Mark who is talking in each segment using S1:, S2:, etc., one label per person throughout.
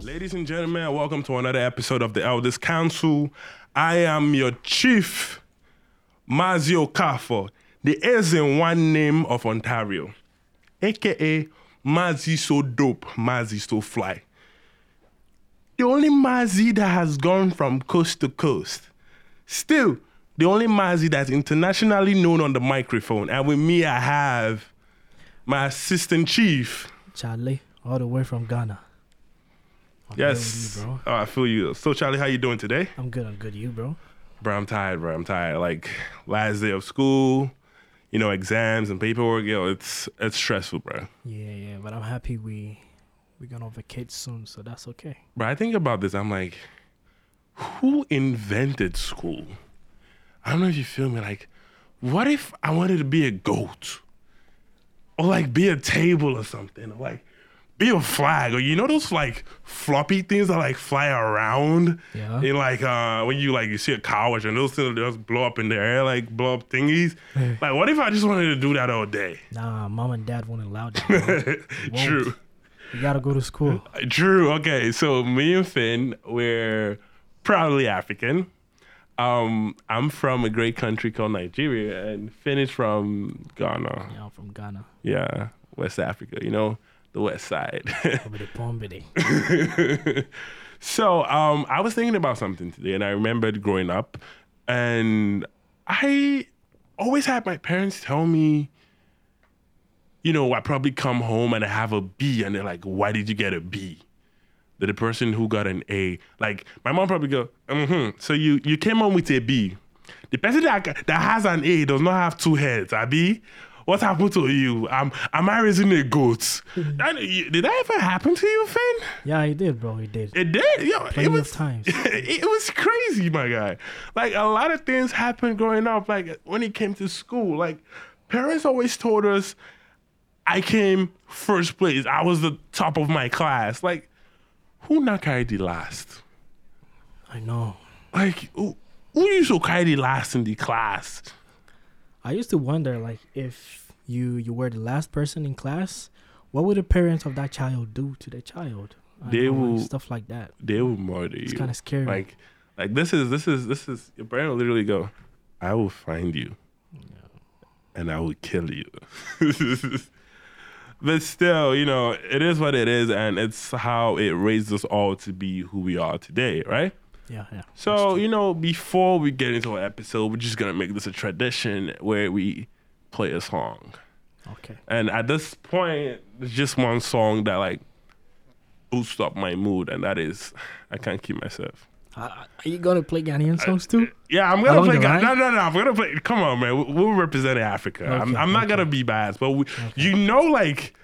S1: Ladies and gentlemen, welcome to another episode of the Elders Council. I am your chief, Mazio Kafo, the is in one name of Ontario, aka Mazi So Dope, Mazi So Fly. The only Mazi that has gone from coast to coast. Still, the only Mazi that's internationally known on the microphone. And with me, I have my assistant chief.
S2: Charlie, all the way from Ghana. I'm
S1: Yes.
S2: good, bro.
S1: Oh, I feel you. So, Charlie, how you doing today?
S2: I'm good. I'm good. You, bro.
S1: Bro, I'm tired, bro. I'm tired. Like last day of school, you know, exams and paperwork. Yo, it's it's stressful, bro.
S2: Yeah, yeah. But I'm happy we we're gonna vacate soon, so that's okay.
S1: But I think about this. I'm like, who invented school? I don't know if you feel me. Like, what if I wanted to be a goat, or like be a table or something, or like be a flag, or you know those like floppy things that like fly around.
S2: Yeah.
S1: In like uh, when you like you see a college and those things just blow up in the air, like blow up thingies. like, what if I just wanted to do that all day?
S2: Nah, mom and dad won't allow that. bro. won't.
S1: True.
S2: you gotta go to school.
S1: Drew, okay, so me and Finn, we're proudly African. Um, I'm from a great country called Nigeria, and Finn is from Ghana.
S2: Yeah, I'm from Ghana.
S1: Yeah, West Africa, you know, the West Side.
S2: Over the Bombay.
S1: so um, I was thinking about something today, and I remembered growing up, and I always had my parents tell me, you know, I probably come home and I have a B, and they're like, "Why did you get a B?" That the person who got an A, like my mom probably go, mm-hmm. "So you you came home with a B." The person that that has an A does not have two heads. Abi, what happened to you? Am am I raising a goat? That- did that ever happen to you, Finn?
S2: Yeah, he did, bro. He did.
S1: It did. Yo,
S2: Plenty
S1: it was
S2: of times.
S1: it was crazy, my guy. Like a lot of things happened growing up. Like when it came to school, like parents always told us, "I came first place. I was the top of my class." Like who not carry the last?
S2: I know.
S1: Like who, who you so carry the last in the class?
S2: I used to wonder, like, if you you were the last person in class, what would the parents of that child do to the child? I
S1: They
S2: know, like,
S1: will-
S2: stuff like that.
S1: They will murder you. It's
S2: kinda scary.
S1: Like like this is this is this is your brain will literally go, "I will find you." and I will kill you. but still, you know, it is what it is, and it's how it raised us all to be who we are today, right?
S2: Yeah, yeah.
S1: So, you know, before we get into our episode, we're just gonna make this a tradition where we play a song.
S2: Okay.
S1: And at this point, there's just one song that like boosts up my mood, and that is I Can't Keep Myself.
S2: Uh, are you gonna play Ghanaian songs too?
S1: Yeah, I'm gonna
S2: Along
S1: play.
S2: the
S1: Ga-
S2: line?
S1: No, no, no. I'm gonna play. Come on, man. We- We'll represent Africa. I'm,
S2: Okay,
S1: I'm not
S2: okay.
S1: gonna be biased, but we, you know, like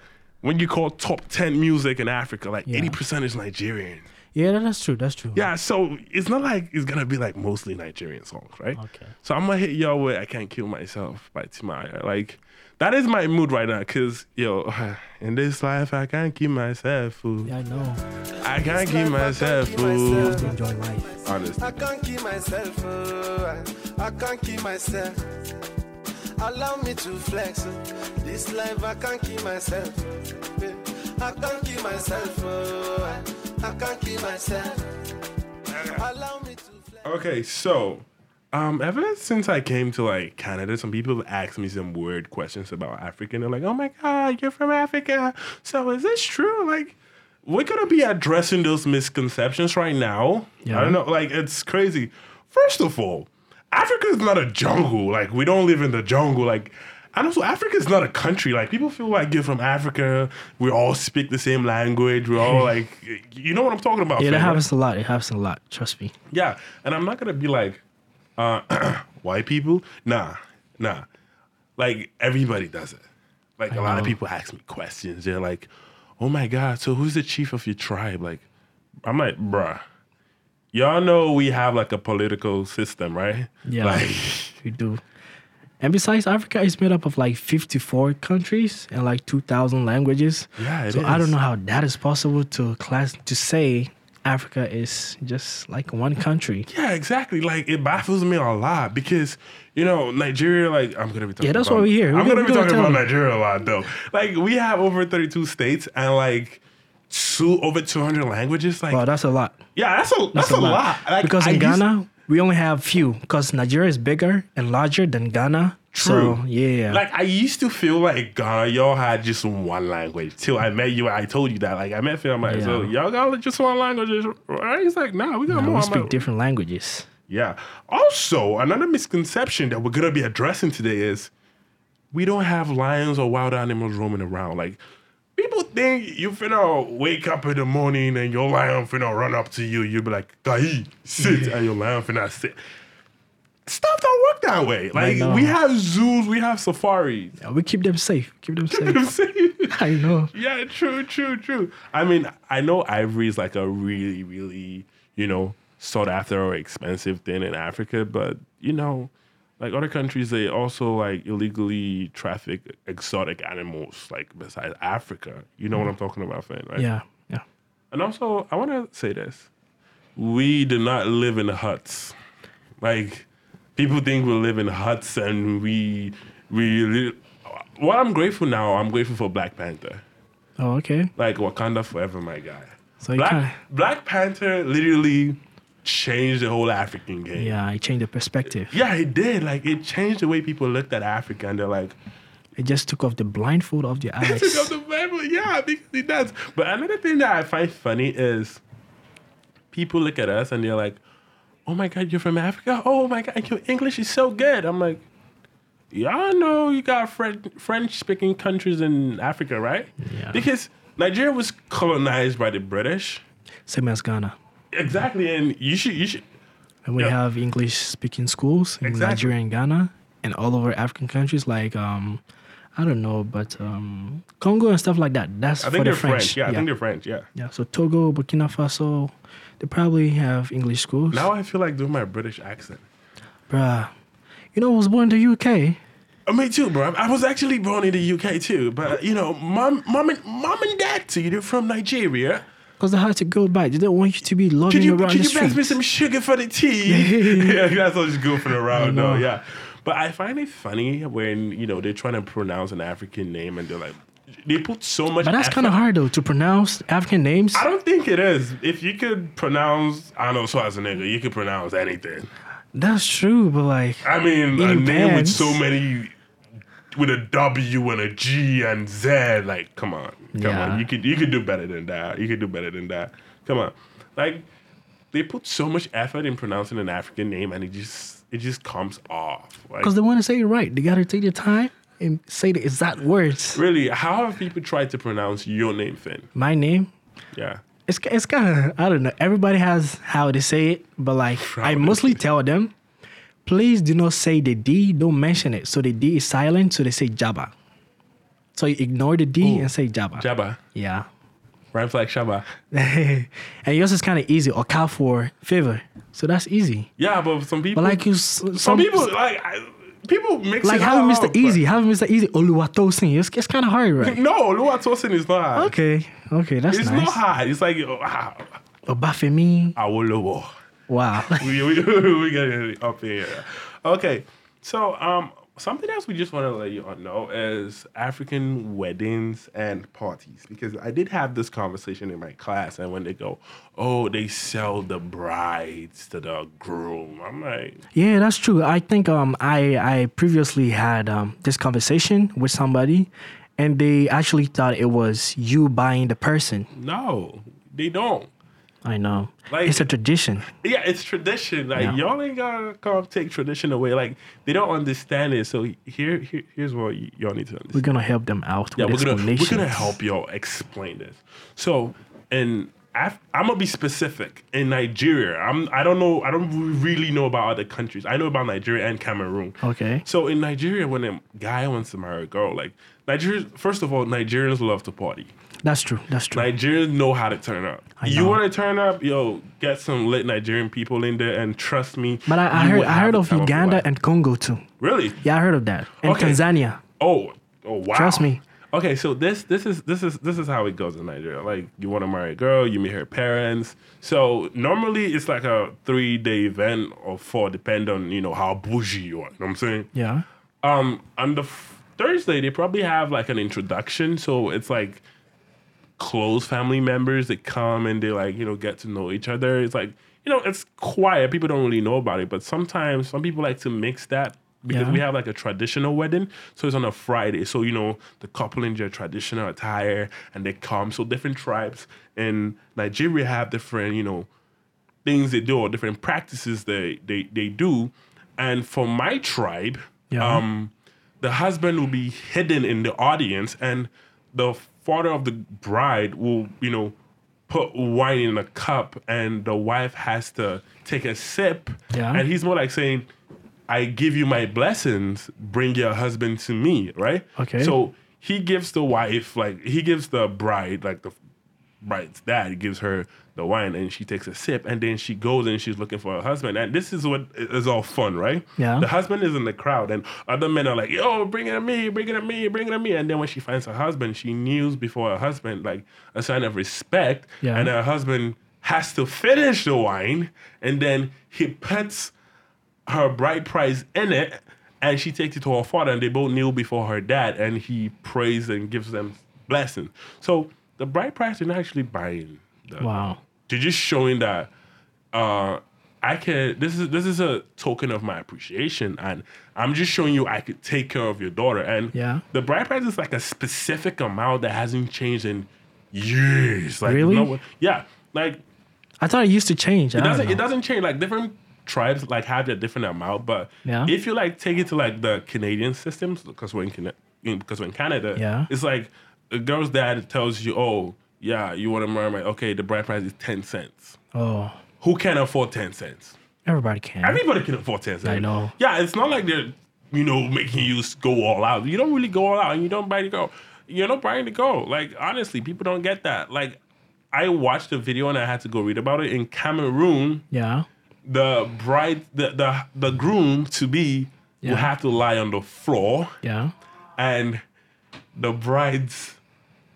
S1: when you call top ten music in Africa, like
S2: Yeah.
S1: eighty percent is Nigerian.
S2: Yeah, that- that's true. That's true.
S1: Yeah, so it's not like it's gonna be like mostly Nigerian songs, right?
S2: Okay.
S1: So I'm gonna hit y'all with "I Can't Kill Myself" by Timaya. Like that is my mood right now, cause yo, in this life I can't keep myself. Ooh.
S2: Yeah, I know.
S1: I can't keep
S3: life, I can't
S1: myself.
S3: keep
S1: Ooh.
S3: myself.
S2: To enjoy life.
S1: Honestly.
S3: I can't keep myself. Oh, I, I can't keep myself. Allow me to flex. oh. This life I can't keep myself. eh. I can't keep myself. Oh, I, I can't keep myself. Allow me to flex.
S1: Okay, so um, ever since I came to like Canada, some people have asked me some weird questions about Africa, and they're like, "Oh my God, you're from Africa, so is this true?" Like, we're gonna be addressing those misconceptions right now. I
S2: Yeah.
S1: don't know, like it's crazy. First of all, Africa is not a jungle. Like, we don't live in the jungle. Like. And also, Africa is not a country. Like people feel like you're from Africa. We all speak the same language. We're all like, you know what I'm talking about.
S2: Yeah, that
S1: fam, right?
S2: happens a lot. It happens a lot. Trust me.
S1: Yeah, and I'm not gonna be like, uh, white people. Nah, nah. Like everybody does it. Like a lot of
S2: know.
S1: people ask me questions. They're like, "Oh my god, so who's the chief of your tribe?" Like, I'm like, bruh. Y'all know we have like a political system, right?
S2: Yeah.
S1: Like,
S2: We do. And besides, Africa is made up of like 54 countries and like 2,000 languages.
S1: Yeah, it
S2: so I
S1: is.
S2: don't know how that is possible to class to say Africa is just like one country.
S1: yeah, exactly. Like it baffles me a lot because you know Nigeria. Like I'm gonna be talking.
S2: Yeah, that's
S1: about,
S2: why we're
S1: I'm
S2: here.
S1: gonna
S2: We're gonna-
S1: be
S2: we're
S1: talking
S2: gonna
S1: about
S2: tell
S1: Nigeria a lot though. Like we have over 32 states and like two over two hundred languages. Like,
S2: Wow, that's a lot.
S1: yeah, that's a that's, a, lot. Like,
S2: because
S1: I
S2: in
S1: used-
S2: Ghana, we only have few. Because Nigeria is bigger and larger than Ghana.
S1: True.
S2: So yeah.
S1: Like I used to feel like Ghana, y'all had just one language. Till I met you, I told you that. Like I met Phil, I'm like,
S2: Yeah.
S1: so y'all got just one language, right? He's like, nah, we got
S2: Now
S1: more.
S2: we
S1: I'm
S2: speak
S1: like,
S2: different languages.
S1: yeah. Also, another misconception that we're gonna be addressing today is we don't have lions or wild animals roaming around. Like people think you finna wake up in the morning and your lion finna run up to you. You'll be like, Kai, sit, and your lion finna sit. Stuff don't work that way. Like
S2: know.
S1: we have zoos, we have safaris.
S2: Yeah, we keep them safe. Keep them
S1: You know
S2: safe.
S1: what I'm saying?
S2: I know.
S1: yeah, true, true, true. I mean, I know ivory is like a really, really, you know, sought after or expensive thing in Africa, but you know, like other countries, they also like illegally traffic exotic animals, like besides Africa. You know what I'm talking about, Finn, right?
S2: Yeah. Yeah.
S1: And also, I want to say this: we do not live in huts. Like people think we live in huts, and we we. Li- what I'm grateful now, I'm grateful for Black Panther.
S2: Oh, okay.
S1: Like Wakanda forever, my guy.
S2: So you
S1: Black
S2: kinda-
S1: Black Panther literally changed the whole African game.
S2: Yeah, I changed the perspective.
S1: Yeah, it did. Like it changed the way people looked at Africa, and they're like,
S2: It just took off the blindfold of the eyes.
S1: Pictures of the Bible. Yeah, because he does. But another thing that I find funny is people look at us and they're like, "Oh my God, you're from Africa! Oh my God, your English is so good." I'm like, "Y'all know you got French French-speaking countries in Africa, right?
S2: Yeah.
S1: Because Nigeria was colonized by the British,
S2: Same as Ghana.
S1: exactly. And you should, you should,
S2: And we
S1: Yeah.
S2: have English speaking schools in
S1: Exactly.
S2: Nigeria and Ghana and all over African countries like um I don't know, but um Congo and stuff like that. That's
S1: I
S2: for
S1: think
S2: the
S1: they're French.
S2: French.
S1: Yeah, I think they're French. Yeah.
S2: yeah, so Togo, Burkina Faso, they probably have English schools.
S1: Now I feel like doing my British accent.
S2: Bruh. You know I was born in the UK.
S1: Uh, Me too, bro. I was actually born in the UK too, but uh, you know, mom, mom, and mom and dad to you. They're from Nigeria.
S2: Because they had to go back. They don't want you to be loving
S1: Could you
S2: around
S1: could
S2: the
S1: you pass me
S2: street.
S1: some sugar for the tea? yeah, that's all just goofing around. No,
S2: know.
S1: yeah. But I find it funny when you know they're trying to pronounce an African name and they're like, they put so much.
S2: But that's
S1: effort-
S2: kind of hard though to pronounce African names.
S1: I don't think it is. If you could pronounce Arnold Schwarzenegger, you could pronounce anything.
S2: That's true, but like
S1: I mean, a
S2: your
S1: name with
S2: pants.
S1: so many, with a W and a G and Z. Like, come on, come
S2: Yeah.
S1: on. You could you could do better than that. You could do better than that. Come on, like they put so much effort in pronouncing an African name, and it just it just comes off. Like,
S2: because they want to say it right. They gotta take their time and say the exact words.
S1: really, how have people tried to pronounce your name, Finn?
S2: My name,
S1: Yeah,
S2: it's ki- it's kind of I don't know. Everybody has how they say it, but like
S1: they
S2: I mostly tell them, please do not say the D. Don't mention it. So the D is silent. So they say Jabba. So you ignore the D and say Jabba.
S1: Jabba
S2: yeah.
S1: rhymes like Shaba.
S2: and yours is kind of easy. Or cow for favor. So that's easy.
S1: Yeah, but some people,
S2: But like you, s-
S1: some, people like I, people mix
S2: like
S1: it
S2: having
S1: all up,
S2: Mr. Easy, having Mr. Easy Oluwatosin. It's it's kind of hard,
S1: but-
S2: right?
S1: No, Luwatosin is not. hard.
S2: Okay, okay, that's
S1: It's
S2: nice.
S1: not hard. It's like oh, ah,
S2: Obafemi.
S1: Awolowo.
S2: Wow.
S1: We we we getting up here. Okay, so um, something else we just want to let you all know is African weddings and parties because I did have this conversation in my class, and when they go, oh, they sell the brides to the groom. I'm like,
S2: yeah, that's true. I think um I I previously had um this conversation with somebody, and they actually thought it was you buying the person.
S1: no, they don't.
S2: I know.
S1: Like-
S2: it's a tradition.
S1: Yeah, it's tradition. Like
S2: Yeah.
S1: y'all ain't gotta come take tradition away. Like they don't understand it. So here, here here's what y- y'all need to understand.
S2: We're gonna help them out
S1: Yeah,
S2: with
S1: we're gonna we're
S2: explanations.
S1: gonna help y'all explain this. So, and Af- I'm gonna be specific. In Nigeria, I'm I don't know I don't really know about other countries. I know about Nigeria and Cameroon.
S2: Okay.
S1: So in Nigeria, when a guy wants to marry a girl, like Nigerians, first of all, Nigerians love to party.
S2: That's true. That's true.
S1: Nigerians know how to turn up. You
S2: know.
S1: want to turn up, yo, get some lit Nigerian people in there, and trust me.
S2: but I, I
S1: you
S2: heard
S1: will
S2: I
S1: have
S2: heard
S1: the
S2: of
S1: time your
S2: Uganda
S1: life.
S2: and Congo too.
S1: really,
S2: Yeah, I heard of that. And
S1: Okay.
S2: Tanzania.
S1: Oh, oh wow.
S2: Trust me.
S1: Okay, so this this is this is this is how it goes in Nigeria. Like you want to marry a girl, you meet her parents. So normally it's like a three day event or four, depend on you know how bougie you are. You know what I'm saying?
S2: Yeah.
S1: Um, on the f- Thursday they probably have like an introduction, so it's like close family members that come and they like you know get to know each other. It's like you know it's quiet. People don't really know about it, but sometimes some people like to mix that because
S2: Yeah.
S1: we have like a traditional wedding, so it's on a Friday. So you know the couple in their traditional attire and they come. So different tribes in Nigeria have different you know things they do or different practices they they, they do. And for my tribe,
S2: Yeah.
S1: um, the husband will be hidden in the audience, and the father of the bride will, you know, put wine in a cup, and the wife has to take a sip.
S2: Yeah.
S1: And he's more like saying, I give you my blessings, bring your husband to me, right?
S2: Okay.
S1: So he gives the wife, like, he gives the bride, like, the bride's dad gives her the wine and she takes a sip and then she goes and she's looking for her husband and this is what is all fun right
S2: Yeah.
S1: the husband is in the crowd and other men are like yo bring it to me bring it to me bring it to me and then when she finds her husband she kneels before her husband like a sign of respect
S2: Yeah.
S1: and her husband has to finish the wine and then he puts her bride price in it, and she takes it to her father, and they both kneel before her dad, and he prays and gives them blessings. So the bride price didn't actually buying. The,
S2: Wow.
S1: They're just showing that uh, I can. This is this is a token of my appreciation, and I'm just showing you I could take care of your daughter. And
S2: Yeah.
S1: the bride price is like a specific amount that hasn't changed in years. Like
S2: Really?
S1: no one- yeah. Like
S2: I thought it used to change. I
S1: it
S2: don't
S1: doesn't
S2: know.
S1: it doesn't change like different tribes like have their different amount but
S2: Yeah.
S1: if you like take it to like the canadian systems because we're in, Cana- in because we're in canada
S2: Yeah.
S1: it's like a girl's dad tells you oh yeah you want to marry my okay the bride price is 10 cents
S2: Oh,
S1: who can afford 10 cents
S2: everybody can.
S1: everybody can afford 10 cents
S2: I know.
S1: yeah it's not like they're you know making you s- go all out you don't really go all out and you don't buy the girl you're not buying the girl like honestly people don't get that like i watched the video and i had to go read about it in cameroon
S2: yeah.
S1: the bride, the the, the groom to be
S2: Yeah.
S1: will have to lie on the floor,
S2: Yeah.
S1: and the bride's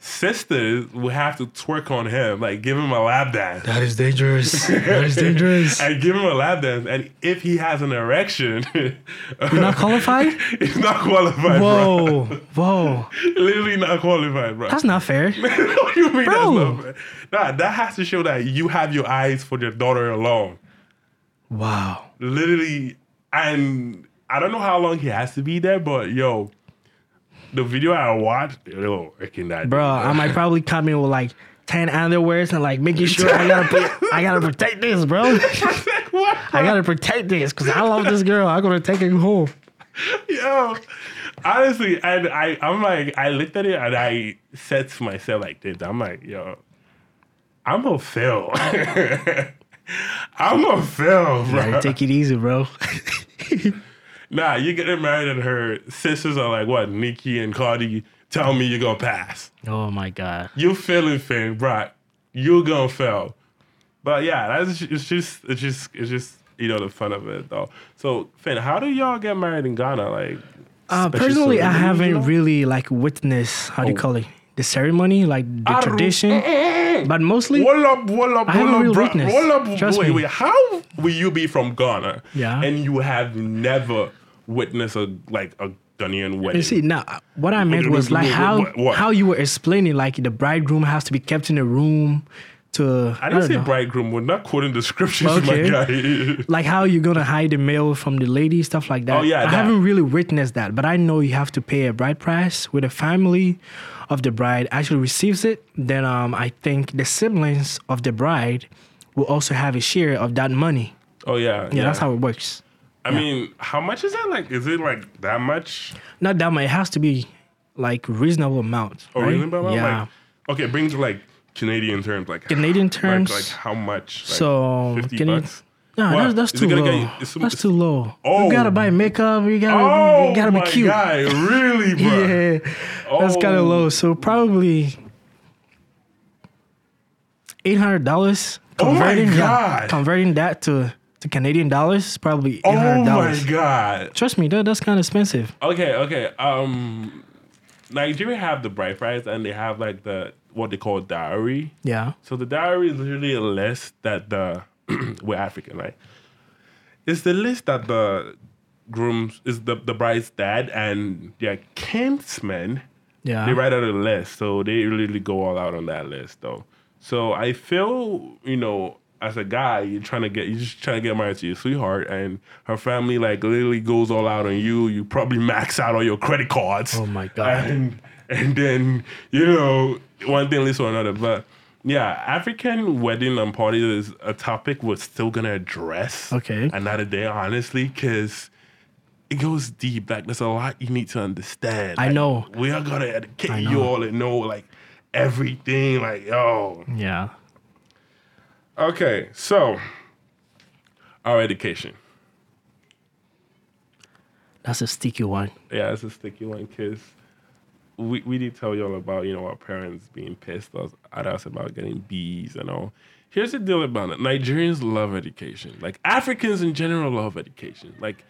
S1: sisters will have to twerk on him, like give him a lap dance.
S2: That is dangerous. that is dangerous.
S1: And give him a lap dance, and if he has an erection,
S2: You're not qualified?
S1: he's not qualified, bro.
S2: Whoa. Whoa.
S1: Literally not qualified, bro.
S2: That's not fair.
S1: what do you mean that's
S2: Bro.
S1: not fair? Nah, that has to show that you have your eyes for your daughter alone.
S2: Wow.
S1: literally and I don't know how long he has to be there, but yo, the video I watched, yo, I cannot.
S2: Bro, I might probably come in with like 10 underwears and like making sure I gotta, put, I gotta protect this, bro.
S1: like, what?
S2: I gotta protect this because I love this girl. I'm gonna take her home.
S1: Yo, honestly, and I, I'm like, I looked at it and I said to myself like this, I'm like, yo, I'm a fail. I'm a fail, bro.
S2: Like, take it easy, bro.
S1: nah, you're getting married and her sisters are like, what, Nikki and Cardi, tell me you're gonna pass.
S2: oh my god.
S1: you feeling thing, bro. You gonna fail. But yeah, that's it's just it's just it's just you know the fun of it though. So Finn, how do y'all get married in Ghana? Like
S2: Uh,
S1: special
S2: personally, I
S1: ceremony,
S2: haven't
S1: you know?
S2: really like witnessed how do you
S1: Oh.
S2: call it the ceremony, like the
S1: Aru-
S2: tradition, but mostly
S1: Wall up, wall up,
S2: I have a
S1: wall
S2: real
S1: up, bro.
S2: weakness.
S1: Wall up.
S2: Trust
S1: wait,
S2: me.
S1: wait. How will you be from Ghana?
S2: Yeah.
S1: And you have never witnessed a like a Ghanaian wedding.
S2: You see, now what I meant was like how
S1: What- what?
S2: how you were explaining, like the bridegroom has to be kept in a room to
S1: I didn't
S2: don't
S1: say
S2: know.
S1: bridegroom. We're not quoting descriptions,
S2: Okay.
S1: my guy.
S2: like how you're gonna hide the male from the lady, stuff like that.
S1: Oh, yeah,
S2: I
S1: that.
S2: haven't really witnessed that, but I know you have to pay a bride price where the family of the bride actually receives it. Then um, I think the siblings of the bride will also have a share of that money.
S1: oh yeah,
S2: Yeah, that's how it works.
S1: I mean, how much is that? Like, is it like that much?
S2: Not that much. It has to be like reasonable amount.
S1: Oh,
S2: right?
S1: really? Baba?
S2: Yeah.
S1: Like, okay, bring to like Canadian terms, like
S2: Canadian
S1: like-
S2: terms?
S1: like, how much? Like
S2: so um,
S1: fifty
S2: can you-
S1: bucks.
S2: Nah,
S1: What?
S2: that's, that's
S1: Is it
S2: too
S1: gonna
S2: low.
S1: get you- it's-
S2: that's
S1: it's-
S2: too low.
S1: Oh.
S2: You gotta buy makeup. You gotta,
S1: Oh
S2: you gotta
S1: my
S2: be cute.
S1: god! Really, bro?
S2: Yeah, that's kind
S1: Oh.
S2: of low. So probably eight hundred dollars.
S1: Oh my God.
S2: converting that to to Canadian dollars is probably eight
S1: Oh
S2: hundred
S1: my
S2: dollars.
S1: god!
S2: Trust me, that that's kind of expensive.
S1: Okay, okay. Um, Nigeria have the bright price, and they have like the what they call dowry.
S2: Yeah,
S1: So the diary is literally a list that the we're African, right? It's the list that the groom's is the, the bride's dad and their kinsmen
S2: Yeah.
S1: They write out a list, so they really go all out on that list, though. So I feel, you know, as a guy, you're trying to get, you're just trying to get married to your sweetheart, and her family like literally goes all out on you. You probably max out all your credit cards.
S2: Oh my God.
S1: And and then you know one thing leads to another, but. Yeah, African wedding and parties is a topic we're still gonna address
S2: Okay.
S1: another day, honestly, because it goes deep. Like there's a lot you need to understand.
S2: I
S1: Like,
S2: know.
S1: We are gonna educate
S2: know.
S1: you all and know like everything. Like, yo.
S2: Yeah.
S1: Okay, so our education.
S2: That's a sticky one.
S1: Yeah, it's a sticky one because we, we did tell y'all about, you know, our parents being pissed us, at us about getting B's and all. Here's the deal about it. Nigerians love education. Like Africans in general love education. Like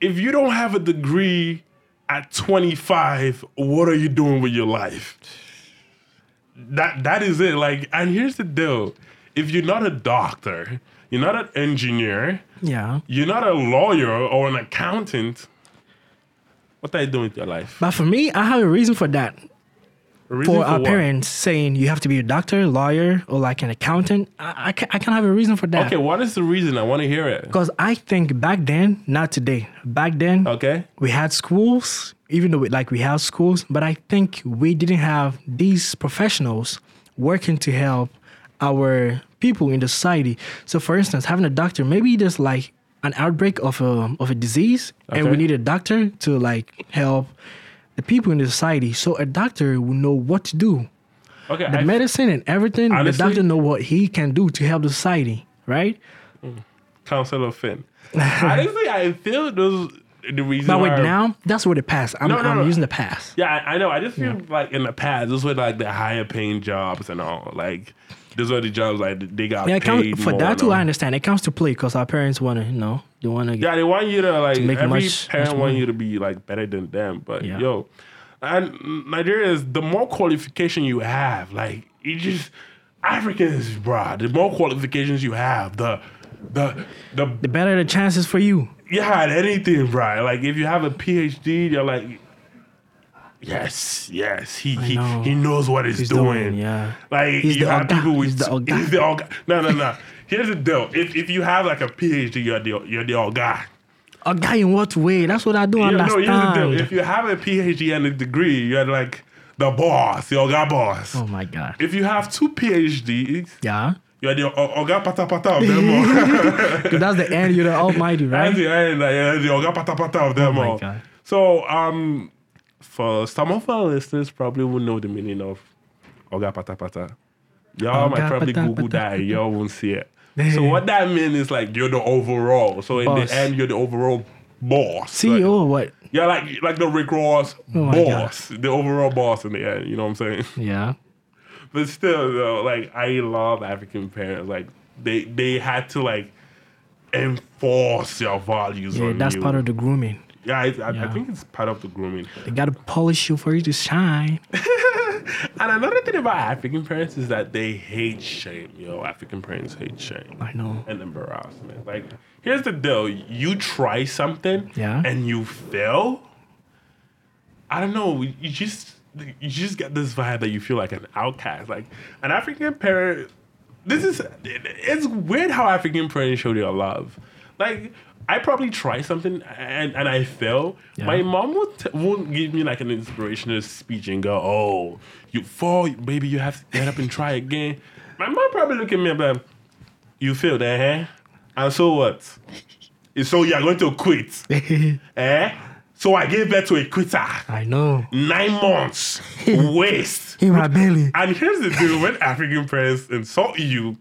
S1: if you don't have a degree at 25, what are you doing with your life? That that is it. Like, and here's the deal. If you're not a doctor, you're not an engineer,
S2: Yeah.
S1: you're not a lawyer or an accountant. What are you doing with your life?
S2: But for me, I have a reason for that.
S1: A reason
S2: For our
S1: what?
S2: parents saying you have to be a doctor, lawyer, or like an accountant, I, I, can, I can have a reason for that.
S1: Okay, what is the reason? I want to hear it.
S2: Because I think back then, not today, back then,
S1: Okay.
S2: we had schools, even though we, like we have schools, but I think we didn't have these professionals working to help our people in the society. So, for instance, having a doctor, maybe there's like an outbreak of a of a disease, and we
S1: Okay.
S2: need a doctor to like help the people in the society. So a doctor will know what to do.
S1: Okay.
S2: The
S1: I-
S2: medicine and everything,
S1: Honestly-
S2: the doctor know what he can do to help the society, right?
S1: Counselor Finn. Honestly, I feel those the reason.
S2: But with
S1: why-
S2: now, that's where the past. I'm,
S1: No, no,
S2: I'm
S1: no.
S2: using the past.
S1: Yeah, I, I know. I just feel like in the past, those were like the higher paying jobs and all. Like, those were the jobs like they got
S2: Yeah, it comes-
S1: paid
S2: for
S1: more
S2: that
S1: and
S2: too.
S1: all.
S2: I understand. It comes to play because our parents want to, you know, they want to. get
S1: Yeah, they want you to like
S2: make
S1: every
S2: much-
S1: parent
S2: much
S1: want you to be like better than them. But
S2: Yeah.
S1: yo, and Nigeria is the more qualification you have, like you just Africans, bruh, The more qualifications you have, the the the
S2: The better the chances for you.
S1: yeah, at anything, bro. Like if you have a PhD, you're like, yes, yes, he he,
S2: know.
S1: he knows what he's,
S2: He's
S1: doing.
S2: doing, yeah.
S1: like
S2: He's
S1: you
S2: the
S1: have
S2: oga.
S1: people with
S2: He's the oga.
S1: he's the oga. No, no, no. Here's the deal: if if you have like a PhD, you're the you're the old guy.
S2: A guy in what way? That's what I do
S1: Yeah, no,
S2: understand.
S1: here's the deal: if you have a PhD and a degree, you're like the boss, the oga boss.
S2: oh my god.
S1: If you have two PhDs,
S2: Yeah,
S1: you're the o- oga pata pata of them all.
S2: 'Cause that's the end. You're the almighty,
S1: That's
S2: right?
S1: the end. Like, that's the Oga Pata Pata of them
S2: Oh my
S1: all.
S2: God.
S1: So, um, for some of our listeners, probably will know the meaning of Oga Pata Pata. Y'all might
S2: Oga
S1: probably
S2: Pata
S1: Google
S2: Pata
S1: that and y'all won't see it. so, what that means is like you're the overall. So, in
S2: Boss.
S1: the end, you're the overall boss.
S2: CEO E or what?
S1: Like, yeah, like like the Rick Ross
S2: Oh my
S1: boss, the overall boss in the end. You know what I'm saying?
S2: Yeah.
S1: But still, though, like I love African parents. Like they they had to like enforce your values.
S2: Yeah,
S1: on
S2: that's
S1: you.
S2: part of the grooming.
S1: Yeah, it's, I, I
S2: Yeah.
S1: think it's part of the grooming.
S2: They gotta polish you for you to shine.
S1: And another thing about African parents is that they hate shame. Yo, African parents hate shame
S2: I know.
S1: and embarrassment. Like, here's the deal: you try something,
S2: Yeah.
S1: and you fail. I don't know. You just you just get this vibe that you feel like an outcast, like an African parent. This is it's weird how African parents show their love. Like I probably try something and, and I fail. My mom would t- would give me like an inspirational speech and go, "Oh, you fall, baby. You have to get up and try again." My mom probably look at me and be like, "You failed, eh? And so what? So you are going to quit?" Eh? So I gave birth to a quitter.
S2: I know.
S1: Nine months waste.
S2: In my belly.
S1: And here's the deal: when African parents insult you,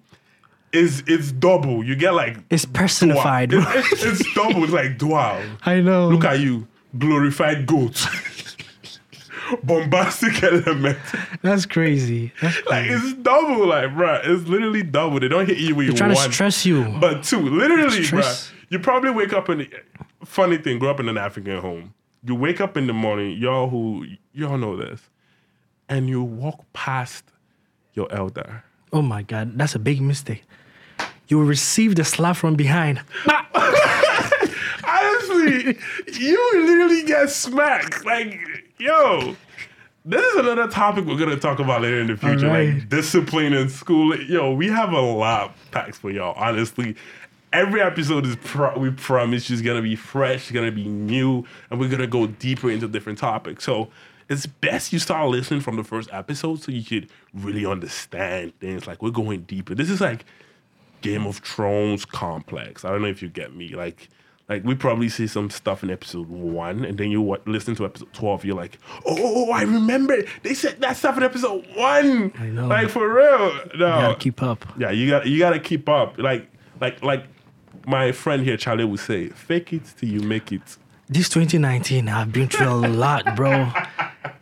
S1: is it's double. You get like
S2: It's personified.
S1: wow. It- it- it's double. It's like wow.
S2: I know.
S1: Look at you, glorified goat. Bombastic element.
S2: That's crazy. That's
S1: Like it's double. Like bruh, it's literally double. They don't hit you with
S2: trying to
S1: one.
S2: stress you.
S1: But two, literally,
S2: Stress.
S1: bruh, you probably wake up in. Funny thing, grew up in an African home. You wake up in the morning, y'all who y'all know this, and you walk past your elder.
S2: Oh my god, that's a big mistake. You will receive the slap from behind.
S1: Honestly, you literally get smacked. Like, yo, This is another topic we're gonna talk about later in the future, like
S2: right.
S1: discipline in school. Yo, we have a lot packs for y'all. Honestly, every episode is pro- we promise is gonna be fresh, gonna be new, and we're gonna go deeper into different topics. So it's best you start listening from the first episode so you could really understand things. Like we're going deeper. This is like Game of Thrones complex. I don't know if you get me. Like, like we probably see some stuff in episode one, and then you wa listen to episode twelve. You're like, oh, oh, oh, I remember. it. They said that stuff in episode one.
S2: I know.
S1: Like for real. No.
S2: Gotta keep up.
S1: yeah, you got you got to keep up. Like, like, like my friend here, Charlie, would say, "Fake it till you make it."
S2: This 2019, I've been through a lot, bro,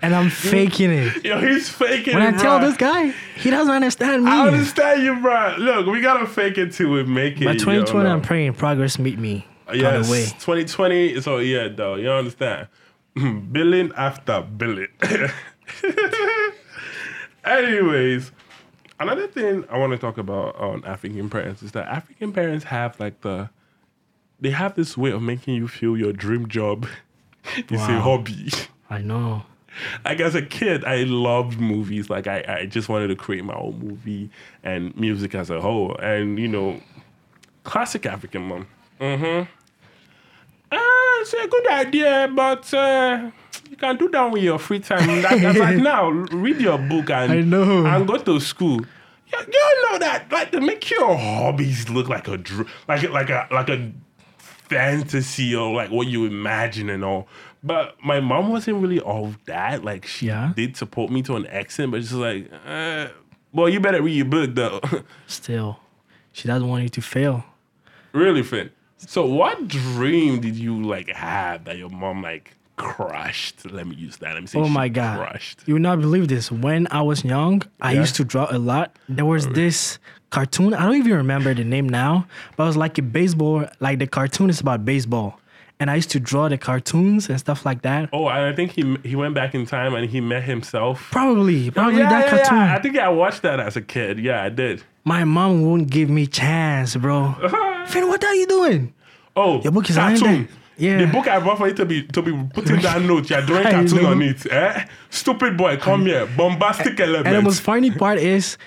S2: and I'm faking it.
S1: Yo, he's faking.
S2: When
S1: it,
S2: I tell
S1: bruh.
S2: this guy, he doesn't understand me.
S1: I understand you, bro. Look, we gotta fake it till we make it.
S2: By
S1: yo,
S2: 2020,
S1: no.
S2: I'm praying progress meet me.
S1: Uh, Yes,
S2: Yes. Way.
S1: 2020 is all yeah, though. You understand? billion after billion. Anyways, another thing I want to talk about on African parents is that African parents have like the, they have this way of making you feel your dream job is a
S2: Wow.
S1: hobby.
S2: I know.
S1: Like as a kid, I loved movies. Like I, I just wanted to create my own movie and music as a whole. And you know, classic African mom. Mm-hmm. Ah, it's a good idea, but uh, you can do that with your free time. Like, I was like now, read your book and
S2: I know.
S1: and go to school. You, you know that like to make your hobbies look like a dr- like a- like a like a fantasy or like what you imagine and all. But my mom wasn't really all that. Like she
S2: Yeah.
S1: did support me to an extent, but she's like, uh, well, you better read your book though.
S2: Still, she doesn't want you to fail.
S1: really, Finn. So what dream did you like have that your mom like crushed? Let me use that. Let me say
S2: Oh
S1: she
S2: my god.
S1: crushed.
S2: You would not believe this. When I was young, I
S1: Yeah. Oh,
S2: used to draw a lot. There was this cartoon, I don't even remember the name now, but it was like a baseball, like the cartoon is about baseball. And I used to draw the cartoons and stuff like that.
S1: Oh, and I think he he went back in time and he met himself.
S2: Probably, probably
S1: Oh, yeah,
S2: that
S1: yeah,
S2: cartoon.
S1: yeah. I think I watched that as a kid. Yeah, I did.
S2: My mom won't give me chance, bro. Finn, what are you doing?
S1: Oh,
S2: Your book is lying
S1: cartoon.
S2: there. Yeah.
S1: The book I bought for you to be to be putting that note. You're drawing
S2: I
S1: cartoon
S2: know.
S1: on it. Eh? Stupid boy, come here. Bombastic element.
S2: And the most funny part is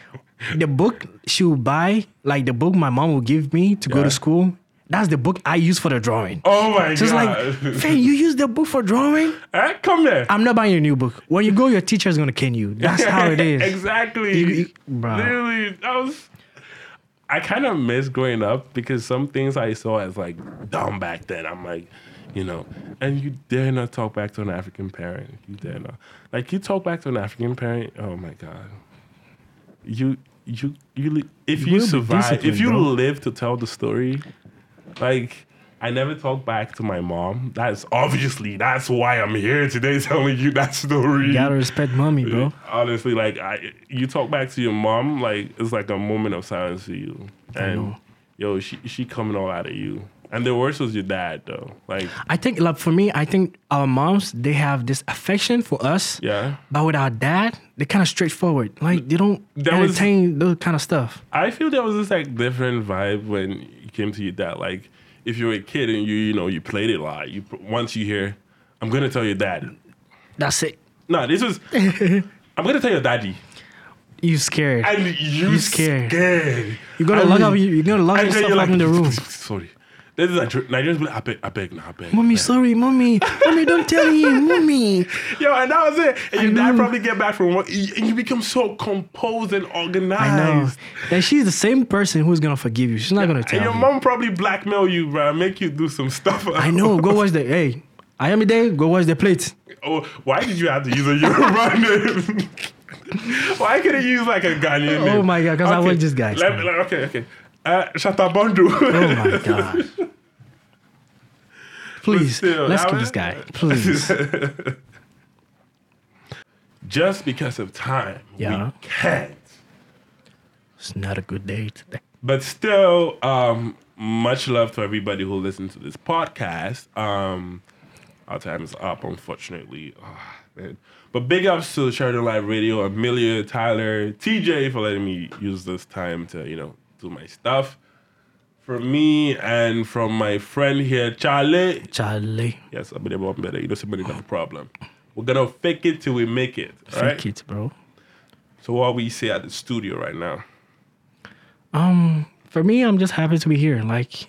S2: the book she would buy, like the book my mom would give me to go
S1: Yeah.
S2: to school. That's the book I use for the drawing.
S1: oh my
S2: So it's
S1: god.
S2: like, Faye, you use the book for drawing?
S1: eh? Come here.
S2: I'm not buying you a new book. When you go, your teacher's gonna cane you. That's how it is.
S1: exactly.
S2: You- you- bruh.
S1: Literally, that was. I kind of miss growing up because some things I saw as like dumb back then. I'm like, you know, and you dare not talk back to an African parent. You dare not. Like you talk back to an African parent. Oh my god. You you you. li- If
S2: You
S1: you,
S2: will be
S1: survive, if
S2: disciplined,
S1: you
S2: bro.
S1: live to tell the story, like. I never talk back to my mom. That's obviously that's why I'm here today telling you that story.
S2: You gotta respect mommy, bro.
S1: Honestly, like I, you talk back to your mom, like it's like a moment of silence for you. And
S2: know.
S1: yo, she she coming all out of you. And the worst was your dad though. Like
S2: I think, like for me, I think our moms they have this affection for us.
S1: yeah,
S2: But with our dad, they're kind of straightforward. Like they don't
S1: That was-
S2: entertain those kind of stuff.
S1: I feel there was this like different vibe when you came to your dad. Like if you were a kid and you you know you played it a lot, you once you hear, I'm gonna tell your dad.
S2: That's it.
S1: No, this was. I'm gonna tell your daddy.
S2: You scared.
S1: And you
S2: You
S1: scared.
S2: scared.
S1: scared.
S2: you're gonna
S1: I
S2: lock
S1: mean-
S2: up. You're gonna lock
S1: And then
S2: yourself
S1: you're
S2: up
S1: like
S2: in the room.
S1: Sorry. This is Niger- Nigerians. be like, I beg, I beg, nah, I beg.
S2: Mommy, sorry, mommy, mommy, don't tell him, mommy.
S1: Yo, and that was it. And your
S2: I
S1: dad
S2: know.
S1: probably get back from work, y- and you become so composed and
S2: I know.
S1: organized.
S2: And she's the same person who's gonna forgive you. She's not gonna tell
S1: And
S2: you.
S1: your mom probably blackmail you, bro, make you do some stuff.
S2: I know. Go wash the. Hey, I am a day. Go wash the plate.
S1: Oh, why did you have to use a Yoruba name? why couldn't you use like a Ghanaian name?
S2: Oh my God, 'cause I was this guy,
S1: Let me- like, okay, okay. Uh, Shatabondu.
S2: Oh my god. Please,
S1: still,
S2: let's
S1: that
S2: kill
S1: was-
S2: this guy. Please.
S1: Just because of time,
S2: Yeah.
S1: we can't.
S2: It's not a good day today.
S1: But still, um, much love to everybody who listened to this podcast. Um, our time is up, unfortunately. Ah, man. But big ups to Sheridan Live Radio, Amelia, Tyler, TJ for letting me use this time to, you know, do my stuff. From me and from my friend here, Charlie.
S2: Charlie.
S1: Yes, I'm better, better. You know, somebody have a problem. We're gonna fake it till we make it. All right.
S2: Fake it, bro.
S1: So what we say at the studio right now?
S2: Um, for me, I'm just happy to be here. Like,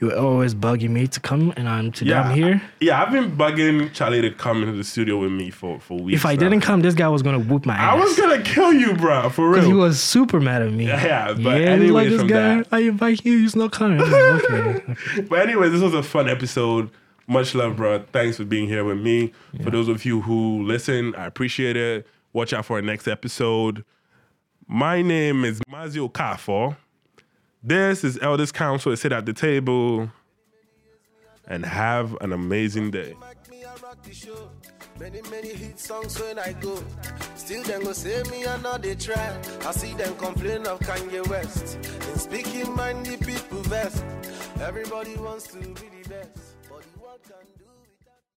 S2: you were always bugging me to come, and I'm today
S1: Yeah,
S2: I'm here.
S1: Yeah, I've been bugging Charlie to come into the studio with me for for weeks.
S2: If I
S1: now.
S2: didn't come, this guy was gonna whoop my
S1: I
S2: ass.
S1: was gonna kill you, bro. For real.
S2: He was super mad at me.
S1: Yeah, but
S2: he was
S1: anyways
S2: like this
S1: from
S2: guy.
S1: that-
S2: I invite you. He's not coming. I'm like, okay.
S1: But anyway, this was a fun episode. Much love, bro. Thanks for being here with me. For those of you who listen, I appreciate it. Watch out for our next episode. My name is Mazio Kafo. This is Elders Council. Sit at the table and have an amazing day.
S3: Mac me, I rock the show. Many, many hit songs when I go. Still, them go say me, I know they try. I see them complain of Kanye West. In speaking mind, the people best. Everybody wants to be the best. But the world can do.